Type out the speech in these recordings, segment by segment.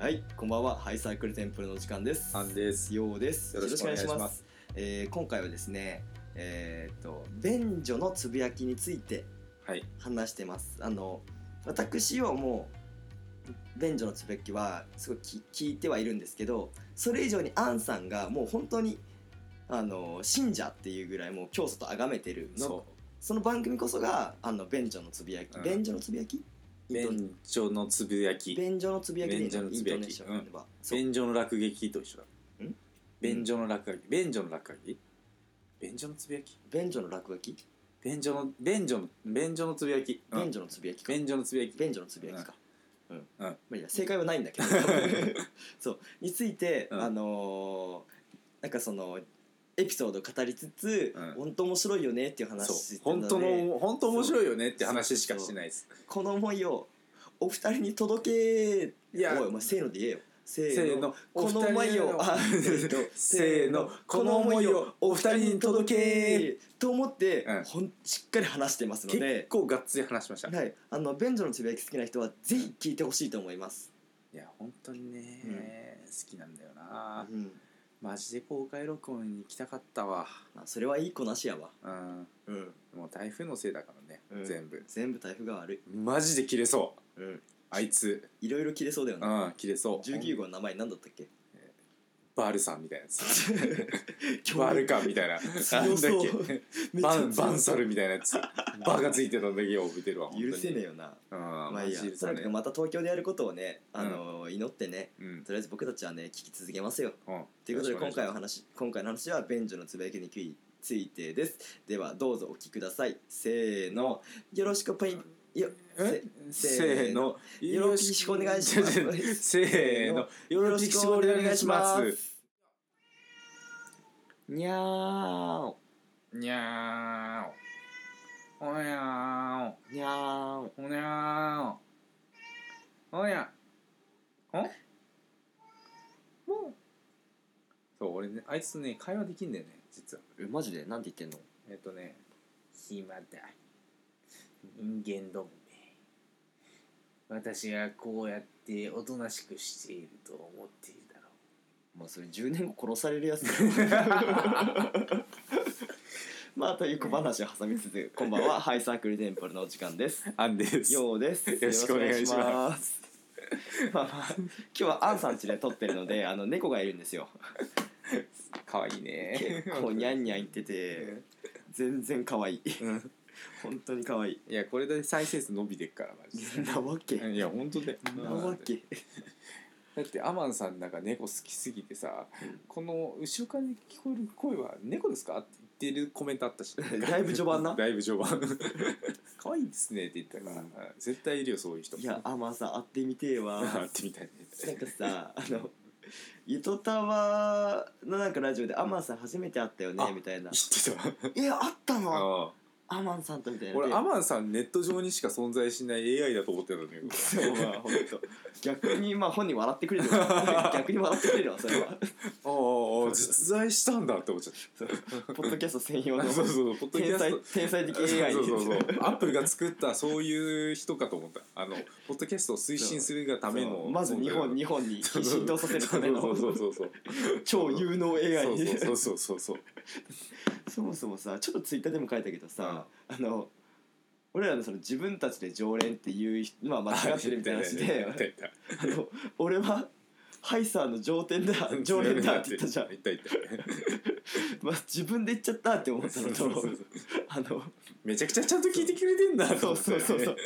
はい、こんばんは。ハイサークルテンプルの時間です。アンです。よようです。ろしくお願いします。。えー今回はですね、えーっと便所のつぶやきについてはい。話してます。あの私はもう便所のつぶやきはすごいき聞いてはいるんですけど、それ以上にアンさんがもう本当にあの信者っていうぐらいもう教祖と崇めてるのそその番組こそがあの便所のつぶやき、うん便所のつぶやきう。便所のつぶやき。便所のつぶやきでいい便所ののイつンぶトやきネーションでは、そう便所の落書きと一緒だん。便所の落書き。便所の落書き便所のつぶやき便所の落書き便所の、便所の、便所のつぶやき。うん便所のつぶやきか便所のつぶやき。便所のつぶやきかうん、うんまあいいや正解はないんだけど そうについて、うんあのーなんかそのエピソードを語りつつ、うん本当面白いよねっていう話そう。してた本の当での、本当面白いよねって話しかしてないです。この思いをお二人に届けいやおいお前せーので言えよせせーの、この思いをおあ二え人っとの せーの、この思いをお二人に届けと思って、うんほんしっかり話してますの結で構がっつり話しました。いはい、あの便所のつぶやき好きな人はぜひ聞いてほしいと思います、や、本当にね、好きなんだような。んマジで公開録音に行きたかったわ。まあ、それはいい子なしやわ、うん。うん、もう台風のせいだからね、うん全部全部台風が悪い、マジで切れそううん、あいついろいろ切れそうだようねん切れそう19号の名前なんだったっ けバルさんみたいなやつ強バ烈ルカンみたいな強そうなんだっけめっちゃバ強ンバンそソうルみたいなやつバがついてただけを見てるわ本当に許せねえよなうんまあいいやマジでとそにかくれまた東京でやることをね、あの祈ってねうんとりあえず僕たちはね聞き続けますようんということでよろ今回しくお願いしは話今回の話は便所のつぶやきについてですではどうぞお聞きくださいせーのよろしくパインよえせせーのよろしくお願いしますせーのよろしくお願いしますにゃーおにゃーおおにゃーおにゃーおおにゃーおにゃおもうそう俺ねあいつとね会話できんだよね実はえマジでなんて言ってんのえっとね暇だ人間どもめ私がこうやっておとなしくしていると思っているだろもうそれ10年後殺されるやつ だよまあという小話を挟みつつこんばんはハイサークルテンプルのお時間ですうあんですようですよろしくお願いしますよろくお願いしますまあまあ今日はアンさん家で撮ってるのであの猫がいるんですよかわいいね結構ニャンニャン言ってて全然可愛いうん本当に可愛いいやこれで再生数伸びてっからマジなわけで いや本当だよなわけだってアマンさんなんか猫好きすぎてさ、この後ろから聞こえる声は「猫ですか?」って言ってるコメントあった しだいぶ序盤なだいぶ序盤 可愛いですねって言ったから、うん絶対いるよそういう人いやアマンさん会ってみてえわあってみたいねなんかさあの「ゆとたわ」のなんかラジオで「アマンさん初めて会ったよねあ」みたいな知 って「え会ったたのあアマンさんと」みたいな俺でアマンさんネット上にしか存在しない AI だと思ってたんだけど そうまあ本当逆にまあ本人笑ってくれる わ逆に笑ってくれるわそれはああ実在したんだって思っちゃっそうポッドキャスト専用たのそうそうポッドキ天ャス才ト天才的 AI そうそうそうアップルが作ったそういう人かと思ったあのポッドキャストを推進するがためのそうまず日本日本に浸透させるためのそうそうそうそう超有能 AI にそうそうそうそうそうそもそもさちょっとツイッターでも書いたけどさ、あの俺らのその自分たちで常連っていう人まあ間違ってるみたいな話であ言った言ったあの俺はハイサーの上天 だ常連だって言ったじゃん、言った言ったまあ、自分で言っちゃったって思ったのとそうそうそうあのめちゃくちゃちゃんと聞いてくれてんだと思ってそうそうそうそう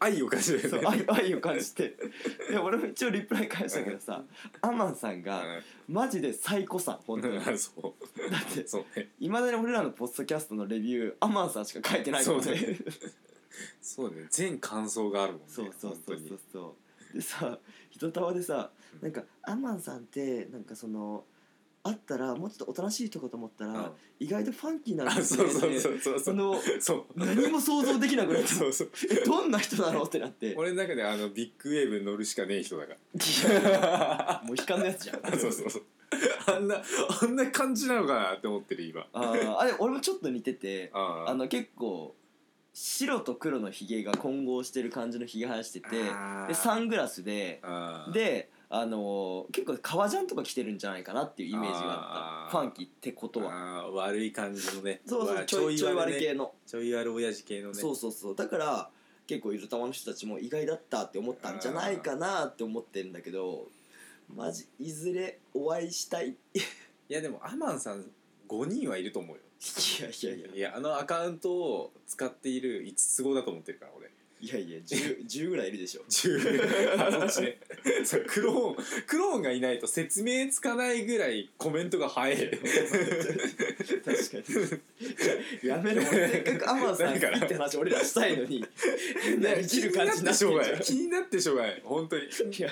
愛を感じるよねそう愛愛を感じていや俺も一応リプライ返したけどさアマンさんがマジで最高さん本当にだっうんそうてそうねいまだに俺らのポッドキャストのレビューアマンさんしか書いてないもんそうねねそうね全感想があるもんねそうそうそう本当そにうそうでさ人たわでさなんかアマンさんってなんかその会ったらもうちょっとおとなしい人かと思ったら、うん意外とファンキーなんあですねそうそうそうそうでそのそう何も想像できなくなっそうそうてどんな人だろうってな って俺の中であのビッグウェーブに乗るしかねえ人だからもう悲観のやつじゃんあ そうそうそうあんなあんな感じなのかなって思ってる今あーあれ俺もちょっと似ててああの結構白と黒のひげが混合してる感じのひげ生やしててあーでサングラスであーであの結構革ジャンとか着てるんじゃないかなっていうイメージがあったあーファンキーってことはあー悪い感じのねそうそうわちょいちょい割ねれ系のちょい悪親父系のねそうそうそうだから結構ゆるたまの人たちも意外だったって思ったんじゃないかなって思ってるんだけどマジいずれお会いしたいいいやでもアマンさん5人はいると思うよやいやいやいやあのアカウントを使っている5つ子だと思ってるから俺いやいや 10, 10ぐらいいるでしょ10あそっちねそうクローンクローンがいないと説明つかないぐらいコメントが早い確かにやめろ俺せっかくアマンさんだからって話俺らしたいのに生きる感じになってんじゃん気になってしょうがない気になってしょうがない本当にいや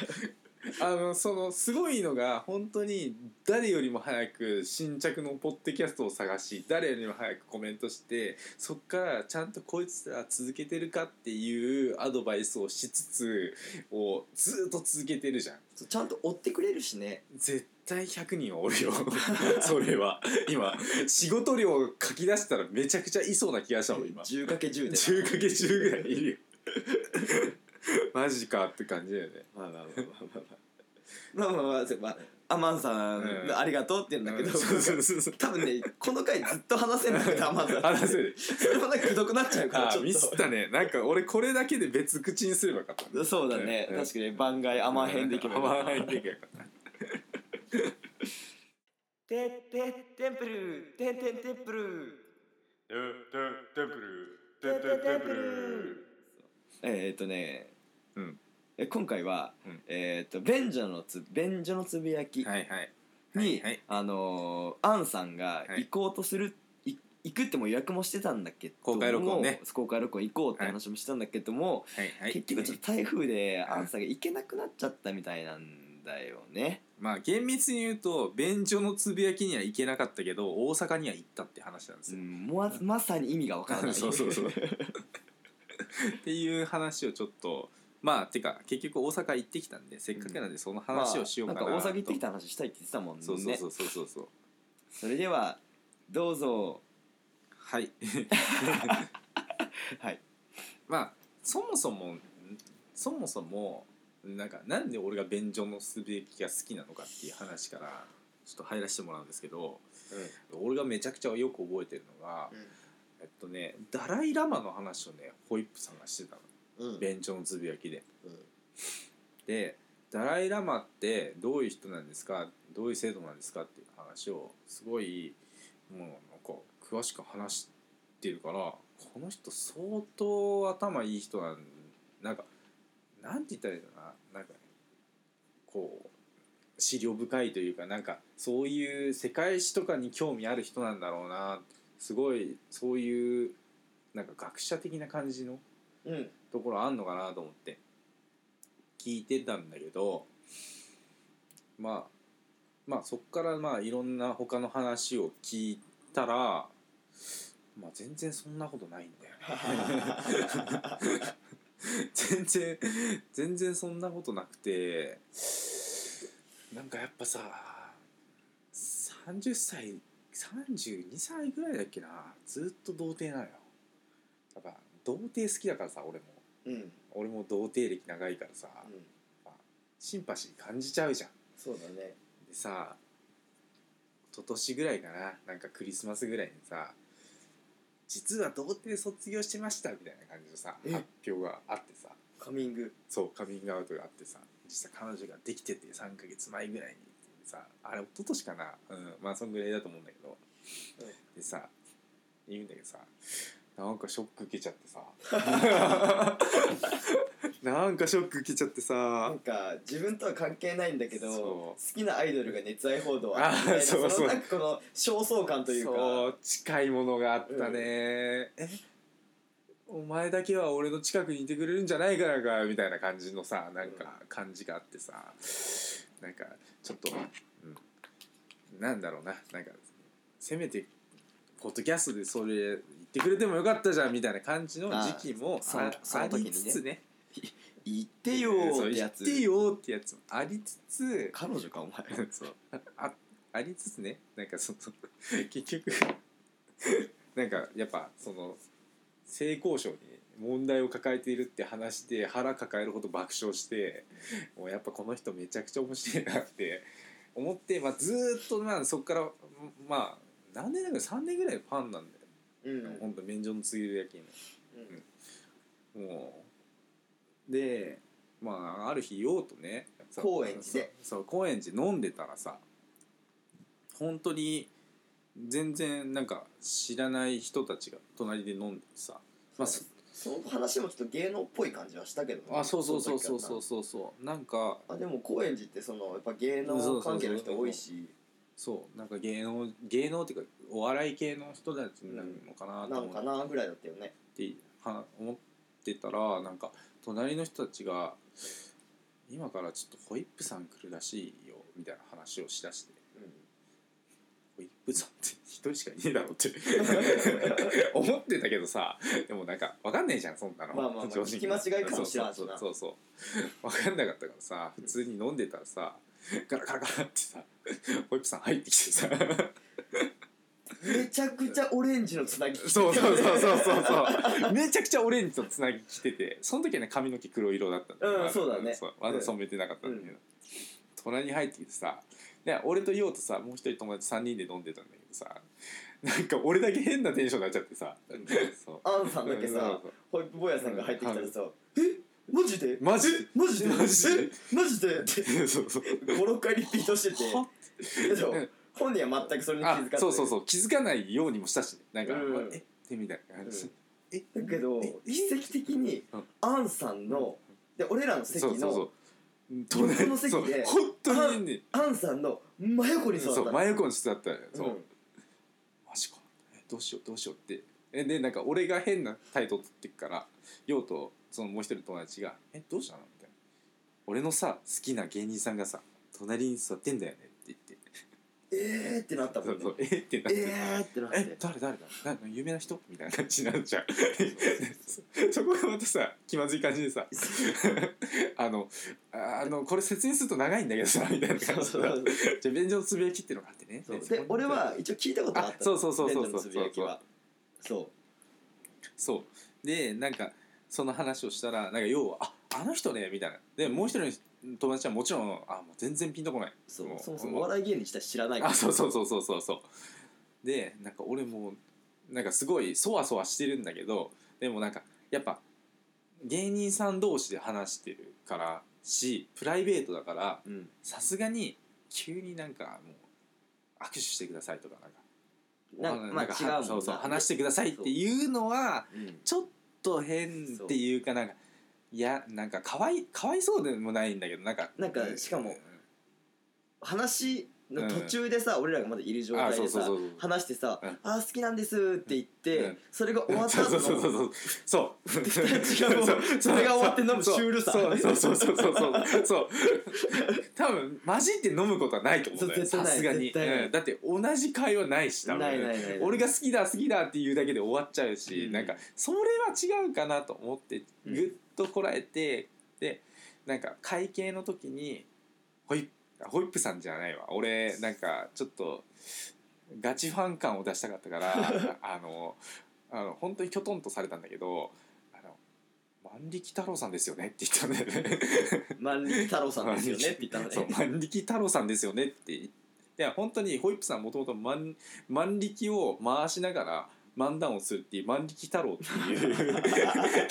あのそのすごいのが本当に誰よりも早く新着のポッドキャストを探し誰よりも早くコメントしてそっからちゃんとこいつら続けてるかっていうアドバイスをしつつをずっと続けてるじゃんそうちゃんと追ってくれるしね絶対100人はおるよ それは今仕事量書き出したらめちゃくちゃいそうな気がしたもん今 10×10 で10かけ10ぐらいいるよ マジかって感じだよねまあまあまあまあまあまあまあまあアマンさん、うんありがとうって言うんだけど、うんそうそうそうそう多分ねこの回ずっと話せないからアマンさん話せるそれもなんかくどくなっちゃうからあちょミスっったねなんか俺これだけで別口にすればよかったとそうだね、確かに番外アマン編でいけばよかった甘えんでいけばよかってたってテンプルてんてんテンプルテンテンプルテンテンテンプルえー、っとね、うんえ今回は、うんえーっと便所のつ便所のつぶやきに、はいはいはいはいあのーアンさんがはい行こうとする、い行くってもう予約もしてたんだけども公開録音ね公開録音行こうって話もしてたんだけども、はいはい結局ちょっと台風ではいアンさんが行けなくなっちゃったみたいなんだよね。まあ厳密に言うと便所のつぶやきには行けなかったけど大阪には行ったって話なんですうよ、ん、もうまさに意味がわ からない。 そうそうそうっていう話をちょっとまあてか結局大阪行ってきたんでせっかくなんでその話をしようかなと、まあ、なんか大阪行ってきた話したいって言ってたもんね。そうそうそうそうそうそうそれではどうぞ。はい はい。まあそもそもんそもそもなんかなんで俺が便所のすべきが好きなのかっていう話からちょっと入らせてもらうんですけど俺がめちゃくちゃよく覚えてるのが、うんえっとねダライ・ラマの話をねホイップさんがしてたのうん。うん。便所のつぶやきで。でダライ・ラマってどういう人なんですかどういう制度なんですかっていう話をすごいもうなんか詳しく話してるからこの人相当頭いい人なんなんかなんて言ったらいいのかななんかねこう資料深いというかなんかそういう世界史とかに興味ある人なんだろうなすごいそういうなんか学者的な感じのうん。ところあんのかなと思って聞いてたんだけどまあまあそっからまあいろんな他の話を聞いたらまあ全然そんなことないんだよね全然全然そんなことなくてなんかやっぱさ30歳32歳ぐらいだっけなずっと童貞なのよだから童貞好きだからさ俺もうん。俺も童貞歴長いからさシンパシー感じちゃうじゃんそうだね。でさ一昨年ぐらいかななんかクリスマスぐらいにさ実は童貞卒業してましたみたいな感じのさえ発表があってさカミング。そうカミングアウトがあってさ実は彼女ができてて3ヶ月前ぐらいにさあれ一昨年かな、うん、まあそんぐらいだと思うんだけど、うんでさ言うんだけどさなんかショック受けちゃ ってさなんかショック受けちゃってなさんか自分とは関係ないんだけどそう好きなアイドルが熱愛報道をあ浴びてそうそのうなんかこの焦燥感というかそう近いものがあったね、えお前だけは俺の近くにいてくれるんじゃないからかみたいな感じのさなんか感じがあってさなんかちょっと、うん、なんだろうななんかせめてポッドキャストでそれ言ってくれてもよかったじゃんみたいな感じの時期もあそのあその時にねありつつね言ってよーそうって言やっつてよってやつもありつつ彼女 かお前そうあありつつねなんかその 結局なんかやっぱその性交渉に問題を抱えているって話して腹抱えるほど爆笑してもうやっぱこの人めちゃくちゃ面白いなって思って、まあ、ずーっとまあそこからまあ何年だけど3年ぐらいファンなんだよ、うんほん、本当免状のつぎる焼きのもうでまあある日ようとねさ高円寺でそうそう高円寺飲んでたらさ本当に全然なんか知らない人たちが隣で飲んでてさ、まあ、そその話もちょっと芸能っぽい感じはしたけどね、あそうそうそうそうそうその時そうそうなんかはなあでも高円寺ってそのやっぱ芸能関係の人多いしそうなんか芸能芸能っていうかお笑い系の人たちになるのかななとのか思っなぐらいだったよねては思ってたらなんか隣の人たちが「今からちょっとホイップさん来るらしいよ」みたいな話をしだして「ホイップさんって一人しかいねえだろ」って 思ってたけどさでもなんかわかんないじゃんそんなのまあまあまあ正直聞き間違いかもしれんしそうなそうそうそう分かんなかったからさ普通に飲んでたらさガラガラガラってさホイップさん入ってきてさうん、めちゃくちゃオレンジのつなぎそうそうそうそうそうそう めちゃくちゃオレンジとつなぎきててその時はね髪の毛黒色だったんけどうんそうだねまだ染めてなかったんだけど、隣に入ってきてさで俺と陽とさもう一人友達3人で飲んでたんだけどさなんか俺だけ変なテンションになっちゃってさ、そうアンさんだけうんさそうホイップ坊やさんが入ってきたらさ「えマジでマジえマジでマジでえマジで?」ってそうそ うそう56回リピートしててはけどうん本人は全くそれに気づあかずそうそうそう気づかないようにもしたしねなんか、うんえってみたいな感じ、えだけどええ奇跡的にうんアンさんので俺らの席そうそうそのう隣横の席でそう本当にねアンさんの真横に座そっうた真横に座ったのようそう、んマジかえどうしようどうしようってえでなんか俺が変な態度取ってっから陽とそのもう一人友達が「えどうしたの?」みたいな「俺のさ好きな芸人さんがさ隣に座ってんだよね」って言ってえーってなったもそんうねそう「えっ?」ってなってえーってなっ「えて誰誰だな有名な人?」みたいな感じになっちゃ うそこがまたさ気まずい感じでさ「あのああのこれ説明すると長いんだけどさ」みたいなそ感うじそうでそう「じゃあ便所のつぶやき」っていうのがあってねそうそこでに俺は一応聞いたことあったあそうそうそうそうレンジャーのつぶやきはそ」そうでなんかその話をしたらなんか要は「ああの人ね」みたいなでもう一人の友達はもちろん「あもう全然ピンとこないうそうもうそもそもお笑い芸人自体知らないからあそうそうそうそうそうそうでなんか俺もなんかすごいそわそわしてるんだけどでもなんかやっぱ芸人さん同士で話してるからしプライベートだからうんさすがに急になんかもう握手してくださいとかなんかなんかまあなんか違うもんなそうそう話してくださいっていうのはうんちょっと変っていうかなんかいやなんかかわいかわいそうでもないんだけどなんかなんかしかも話の途中でさ俺らがまだいる状あ態そでうそうさそうそう話してさうん「あー好きなんです」って言っうてんそれが終わった そうそうそ後うのそうそう違うそれが終わって飲むシュールさそうそうそうそうそうそうそう多分混じって飲むことはないと思うんだよそう絶対さないすがに、絶対ないうんだって同じ会話ないし多分ないないない俺が好きだ好きだっていうだけで終わっちゃうし、うんなんかそれは違うかなと思ってうんぐっとこらえて、でなんか会計の時にホイッホイップさんじゃないわ俺なんかちょっとガチファン感を出したかっ たからあのあの本当にきょとんとされたんだけど「あの万力太郎さんですよね」って言ったんだよね。万力太郎さんですよねって言ったのそうね万力太郎さんですよねっていや本当にホイップさんもともと万万力を回しながら漫談をするっていう万力太郎っていう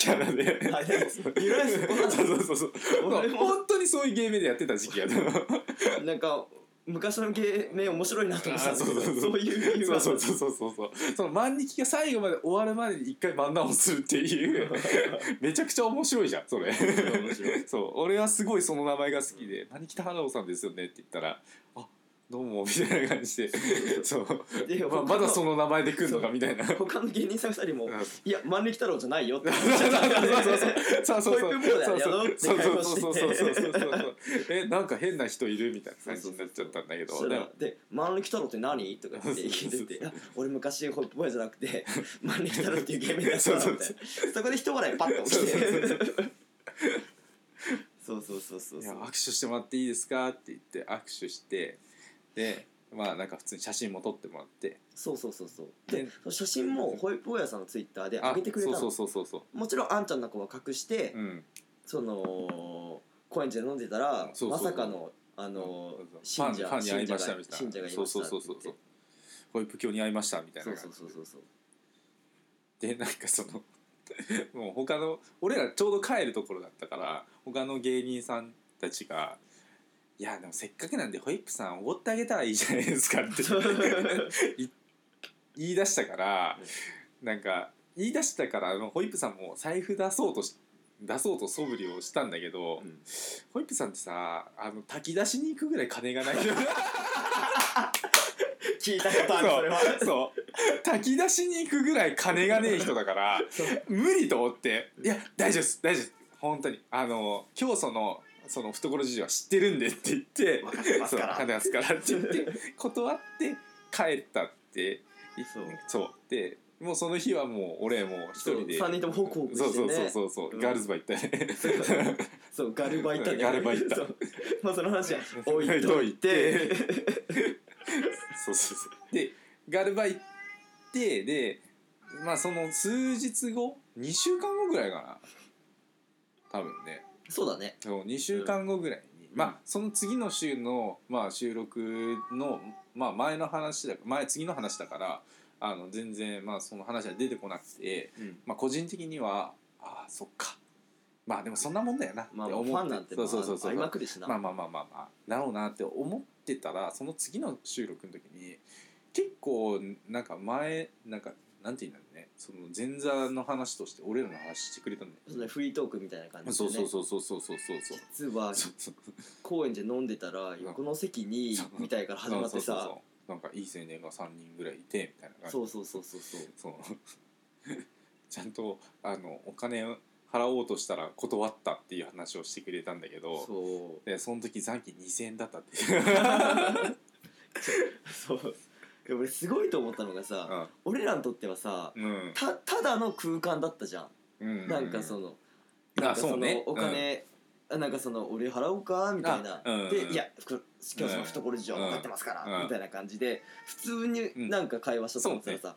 キャラで。あでも由来そこなんだそうそうそうそう俺も本当にそういう芸名でやってた時期やった なんか昔の芸名面白いなと思ってたんだけどあそうそうそうそういう理由そうがそうそうそうそうそうその万力が最後まで終わるまでに一回漫談をするっていう めちゃくちゃ面白いじゃんそれ面白いそう俺はすごいその名前が好きで「何北花郎さんですよね」って言ったら「あどうも」みたいな感じでそうでまあ他まのだその名前で来るのかみたいな。そう他の芸人さん二人もうん「いや万力太郎じゃないよ」ってそうそうそう保育そうそうボーイだよって会話してそうそうそうそうそうそうえなんか変な人いるみたいな感じになっちゃったんだけそしたどでらも「で万力太郎って何?」とか言って聞いてていや「俺昔ホイップボーイじゃなく て万力太郎っていう芸名だった」みたいなそうそこで一笑いパッと起きてそうそうそうそういそやう握手してもらっていいですか?」って言って握手してでまあなんか普通に写真も撮ってもらってそうそうそうそうでねその写真もホイップオーヤさんのツイッターで上げてくれたのそうそうそうそうもちろんあんちゃんの子は隠して、そううんその高円寺で飲んでたらそうそうそうまさかのあのそうそう信者ファンファンに会信い者まがしたみたい信な者がいましたって言ってそうそうそうそうそうホイップ教に会いましたみたいなそう感じそうそうそうそうでなんかその もう他の俺らちょうど帰るところだったから他の芸人さんたちが「いやでもせっかくなんでホイップさんおごってあげたらいいじゃないですか」って い言い出したからなんか言い出したからホイップさんも財布出そうとし出そうと素振りをしたんだけど、うんホイップさんってさあの炊き出しに行くぐらい 金がないの聞いたことあるそれはそう炊き出しに行くぐらい金がねえ人だからそう無理と思って「いや大丈夫です大丈夫です本当にあの教祖のその懐事情は知ってるんで」って言って分かってますからそう話すからって言って断って帰ったってそうそうでもうその日はもう俺もう一人でそう三人ともホクホクしてねそうそうそうそう、うんガールズバー行ったね そうガルバイタねガルバイタそう まあその話は置いとい置ていそうそうそうでガルバ行ってでまあその数日後2週間後ぐらいかな多分ねそうだねそう2週間後ぐらいに、まあその次の週の、まあ、収録の、まあ、前の話だ前次の話だからあの全然、まあ、その話は出てこなくて、うんまあ、個人的にはああそっかまあでもそんなもんだよなってまあも思うって、ファンなんてそまうあそうそうそう会いまくるしなまあまあまあまあまあだろうなって思ってたらその次の収録の時に結構なんか前なんかなんて言うんだろうねその前座の話として俺らの話してくれたんだそのフリートークみたいな感よじでそうねそうそうそうそうそうそうそう実はそうそう高円寺で飲んでたら横の席にうんみたいから始まってそうそうさそうなんかいい青年が3人ぐらいいてみたいな感じそうそうそうそうそうそう ちゃんとあのお金払おうとしたら断ったっていう話をしてくれたんだけどそうでその時残金2,000円だったっていう、 そう で俺すごいと思ったのがさ、俺らにとってはさうんたただの空間だったじゃん、うん、なんかそのあなんかそうねお金、あなんかその俺払おうかみたいな、あうんでいやふ今日その懐事情分かってますから、うんみたいな感じで普通んになんか会話したと思ったらさ、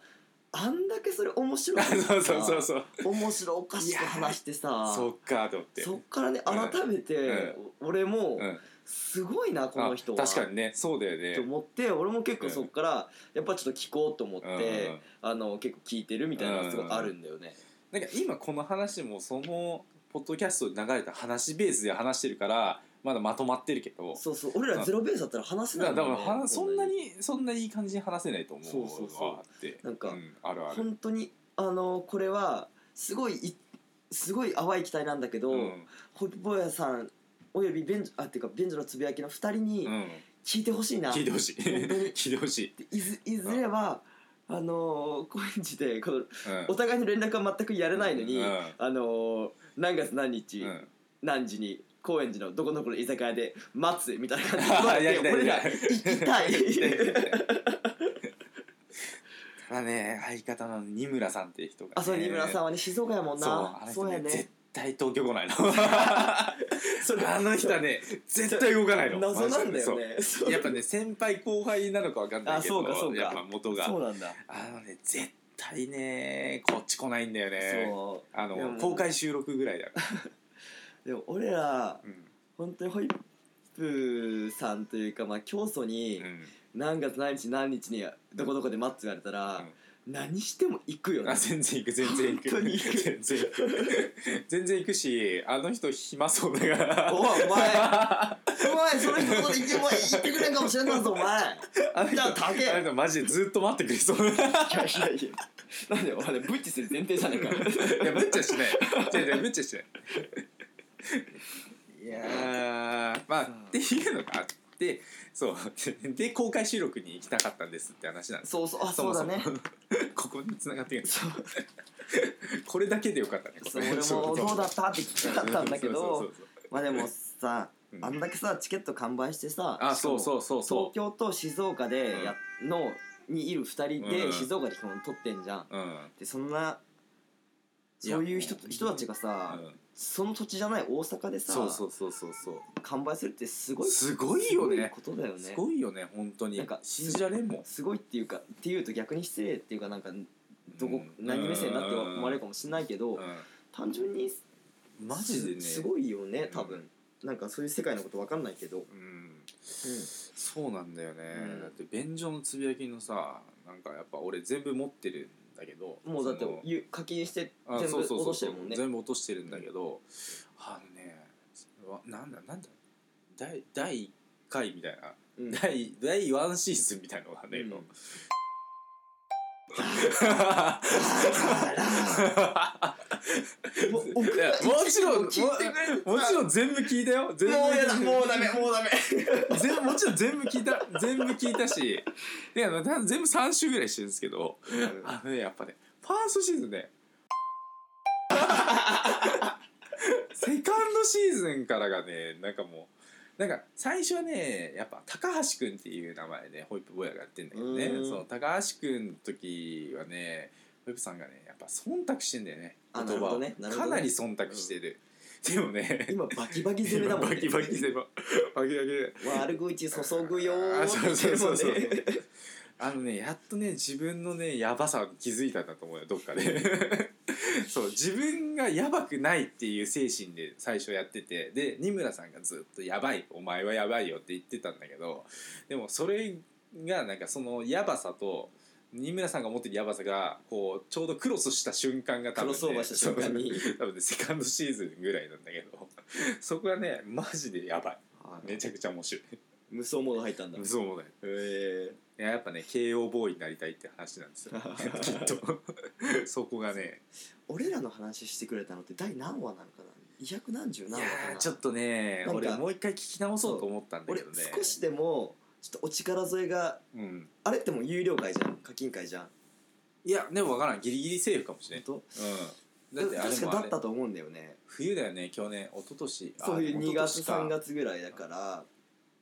あんだけそれ面白いあ そうそうそさうそう面白おかしく話してさそっかと思ってそっからね改めて、俺も、うんすごいなこの人あは確かにねそうだよねと思って俺も結構そっからやっぱちょっと聞こうと思って、うんうんあの結構聞いてるみたいなのがすごいあるんだよね。なんか今この話もそのポッドキャストで流れた話ベースで話してるからまだまとまってるけどそうそう俺らゼロベースだったら話せだなかいらもだんかねらはそんなにそんなにいい感じに話せないと思うそのうそうそうがあってなんかうんあるある本当にあのこれはすごいいすごい淡い期待なんだけど、うんホイップボーヤさんおよびベンジあっていうかベンジのつぶやきの2人にうん聞いてほしいな、聞いてほしい本当に聞いてほしい、いずいずれは、あの高円寺でこのうんお互いの連絡は全くやれないのに、うんあの何月何日、うん 何時に高円寺のどこのこの居酒屋で待つみたいな感じやりたで い俺らやり行きたいただね相方の二村さんっていう人がね、あそう二村さんはね静岡やもんそうなあのそ人うやねね絶対東京来ないの それあの人はね絶対動かないの謎なんだよそうねそうやっぱね先輩後輩なのかわかんないけどあそうかそうかやっぱ元がそうなんだあのね絶対ねこっち来ないんだよねそあでのも公開収録ぐらいだ から、うでも俺らうん本当にホイップさんというかまあ教祖に何月何日何日にどこどこで待つって言われたら何しても行くようんあね全然行く全然行く本当に行く 全然行く全然行くしあの人暇そうだからおいお前お 前その人のこと言ってお前言ってくれんかもしれんないぞお前あの人じゃあ高えあの人マジでずっと待ってく れそういいやいやいやなんでお前ねブッチする前提じゃねえかやむっちゃしない違う違うむっち ゃしないいやーまあっていうのがあってそう で公開収録に行きたかったんですって話なんですそうそうあそうだねそもそも ここに繋がってくるそうこれだけでよかったねそう俺もそうだったって聞きたかったんだけそうそどうそうまあでもさうんあんだけさチケット完売してさあそううそうそう東そ京と静岡でやのにいる2人うでん静岡で基本撮ってんじゃんううんでそんなそういう人人たちがさうんその土地じゃない大阪でさそうそうそうそうそう完売するってすごいすごいよねすごいことだよねすごいよね本当になんか信じられんもんすごいっていうかっていうと逆に失礼っていうかなんかどこ、うん何目線だって思われるかもしれないけど、う単純にんマジでねすすごいよね多分、うんなんかそういう世界のこと分かんないけど、うんそうなんだよね、うんだって便所のつぶやきのさなんかやっぱ俺全部持ってるんだけどもうだってそのゆ課金してあ全部そうそうそう落としてるもんね全部落としてるんだけど、あのねわなんだなんだ第第1回みたいな、うん第第1シーズンみたいなのがね、うん今 もう送っいやたもちろん聞いてくれてたもちろん全部聞いたよ全部もうやだもうダメもうダメ全部もちろん全部聞いた全部聞いたしであのた全部3週ぐらいしてるんですけどあのねやっぱねファーストシーズンね セカンドシーズンからがねなんかもうなんか最初はねやっぱ高橋くんっていう名前でホイップ坊やがやってんだけどねうんその高橋くんの時はねホイップさんがねやっぱ忖度してんだよねあ言葉を、なるほどねなるほどかねなり忖度してる、で もね今バキバキ攻めだもんねバキバキ攻めバキバキで悪口注ぐよーあってそ言うってそるうもそんうそうねあのねやっとね自分のねやばさに気づいたんだと思うよどっかでそう自分がやばくないっていう精神で最初やっててで二村さんがずっと「やばいお前はやばいよ」って言ってたんだけどでもそれがなんかそのやばさと二村さんが持ってるやばさがこうちょうどクロスした瞬間が多ク分、ね、ロスオーバーした瞬間にそう多分ねセカンドシーズンぐらいなんだけどそこがねマジでやばいめちゃくちゃ面白い無双モード入ったんだそうもないえいややっぱね慶応ボーイになりたいって話なんです よきっとそこがね俺らの話してくれたのって第何話なのかな2何十い何や話かーなちょっとねなんか俺もう一回聞き直そうと思ったんだけ俺どね少しでもちょっとお力添えがうんあれってもう有料会じゃん課金会じゃんいやでも分からんギリギリセーフかもしれん、本うん、だ当ってあれ確かもだあっれたと思うんだよね冬だよね去年一昨年あそういう2月一昨3年か月ぐらいだから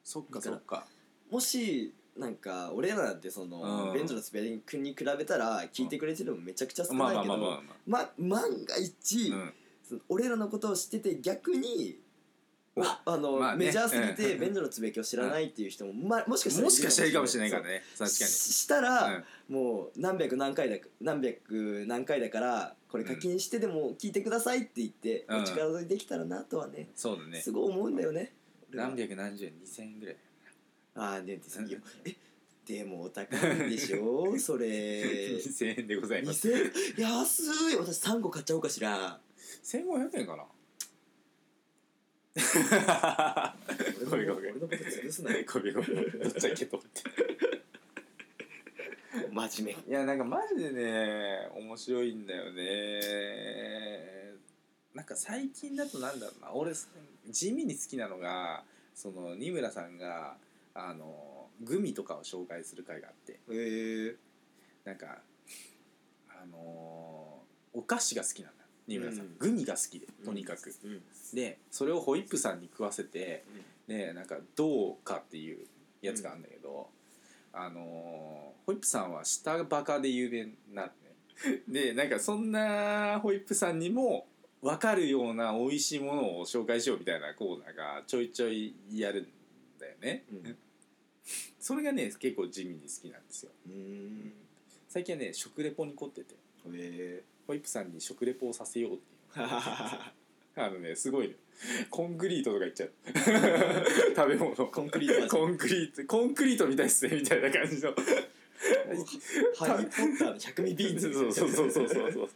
そっかそっかもしなんか俺らってその、うんベンジのスペイン君に比べたら聞いてくれてるのもめちゃくちゃ少まないあまあけまあまどあまあま万が一、うんその俺らのことを知ってて逆にまあの、まあねメジャーすぎてうん便所のつべきを知らないっていう人も、ま、もしかしたらもしかしたらいいかもしれないからねね確かしたら、に、うんもう何百何回だか何百何回だからこれ課金してでも聞いてくださいって言って、うんお力添えできたらなとはね、そうだねすごい思うんだよね俺は何百何十円2000円ぐらいああでですよえでもお高いんでし ょそれ2000円でございます2000安い私3個買っちゃおうかしら1500円かなごめ俺んのこごめんと潰すなよごめんごめんどっちゃいけと思って真面目いやなんかマジでね面白いんだよねなんか最近だとなんだろうな俺地味に好きなのがその二村さんがあのグミとかを紹介する回があってへえなんかあのお菓子が好きなんだ二村さうん、んグミが好きでとにかく、うんでそれをホイップさんに食わせて、ねなんか「どうか」っていうやつがあるんだけど、あのーホイップさんは下バカで有名なん ででなんかそんなホイップさんにも分かるような美味しいものを紹介しようみたいなコーナーがちょいちょいやるんだよね、うん それがね結構地味に好きなんですようーん最近はね食レポに凝っててへえホイップさんに食レポをさせようっていうあのね、すごいね。コンクリートとか言っちゃう。 食べ物。 コンクリート味 コンクリート、コンクリートみたいっすね、みたいな感じの。ハリー・ポッターの百味ビーンズみたいなそうそうそうそうそう。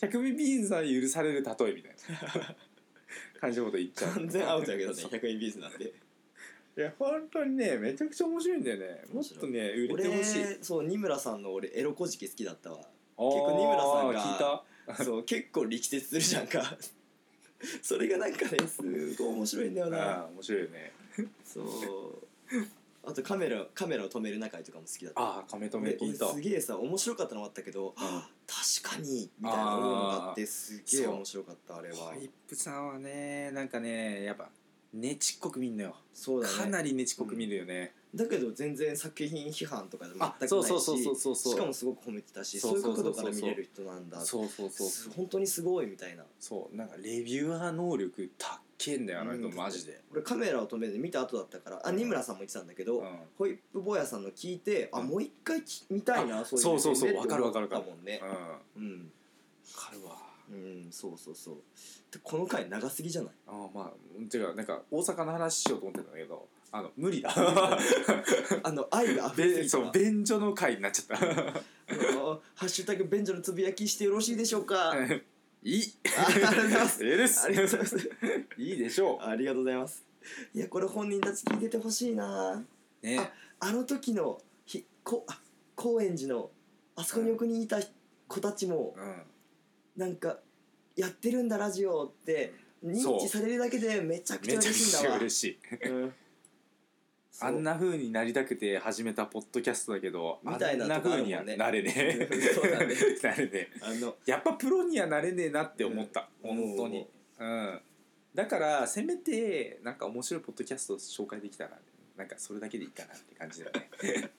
百味ビーンズは許される例えみたい な感じのこと言っちゃう。完全アウトやけどねそう百味ビーンズなんていや、本当にね、めちゃくちゃ面白いんだよね。もっとね、売れてほ俺しい。結そう二村さんの俺エロこじき好きだったわ構二村さんが聞いた。そう結構力説するじゃんか それがなんかねすごい面白いんだよなああー、面白いよね。そうあとカメラカメラを止める中とかも好きだったああ、亀止めで聞いた。俺すげえさ面白かったのもあったけどうん確かにみたいな思うのがあってすげえ面白かったあれはホイップさんはねなんかねやっぱねちっこく見んのよ、そうだねかなりねちっこく見るよね、だけど全然作品批判とかでもあ全くそうなそいうそうそしうそうそうしかもすごく褒めてたしそそうういうそう角そ度かうそらう見れる人なんだそうそうそうす本当にすごいみたいなそうなんかレビュアー能力たっけんだよあの人うんマジで、俺カメラを止めて見た後だったからあ二村さんも言ってたんだけど、うん、ホイップ坊やさんの聞いてあうんもう一回き見たいなあそういうそうそうそ目線でっうてわかるわかる思ったもんねうん、わうんかるわうんそうそうそうでこの回長すぎじゃ ないああまあてかなんか大阪の話しようと思ってたんだけどあの無理だあの愛が溢れべてたそう便所の回になっちゃったあのハッシュタグ便所のつぶやきしてよろしいでしょう か。あいい。りがとうございます。ええ ですありがとうございます。いいでしょありがとうございます。いやこれ本人たち聞いててほしいな。う。ね。あの時のひこあ高円寺のあそこに横にいた子たちもうなんかやってるんだラジオって認知されるだけでめちゃくん。ちめゃちゃ嬉くしいんちだゃわ。嬉しい。うんそうあんな風になりたくて始めたポッドキャストだけど、みたいなあんなとこあ風るもんにねはなれねえ。そうだねなれねえ。あのやっぱプロにはなれねえなって思った。うん本当に。うん。だからせめてなんか面白いポッドキャストを紹介できたら、なんかそれだけでいいかなって感じだよ ね。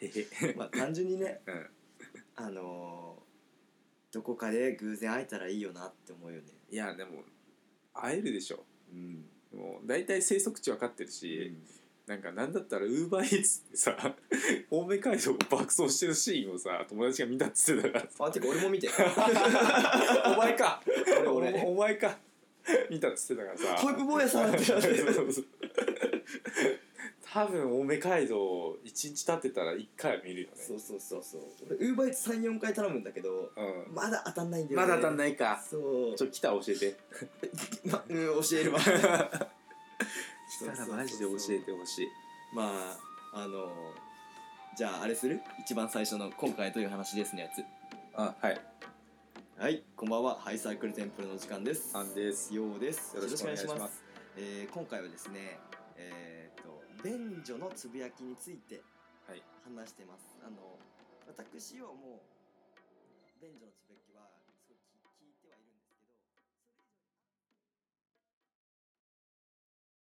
へへ。まあ単純にねうん。あのーどこかで偶然会えたらいいよなって思うよね。いやでも会えるでしょ。うん。もう大体生息地分かってるし。なんかなんだったらウーバーイーツってさ 青梅街道を爆走してるシーンをさ友達が見たっつってたからあてか俺も 見てさ お前か俺俺おお 前か見たっつってたからさホイップ坊やさんってなっ そうてそうそう多分青梅街道一日経ってたら一回は見るよねそうそうそうそう俺ウーバーイーツ34回頼むんだけどうまだ当たんないんだん、よまねだ足んないかそうちょ来たら教え てまうん教え るわ来来たらマジで教えてほしいまああのじゃああれする一番最初の「今回という話です」のやつあはいはいこんばんはハイサークルテンプルの時間ですアンですよようですろしくお願いしよろますえー今回はですねえーっと便所のつぶやきについてはい話してますあの私はもう便所のつぶやきは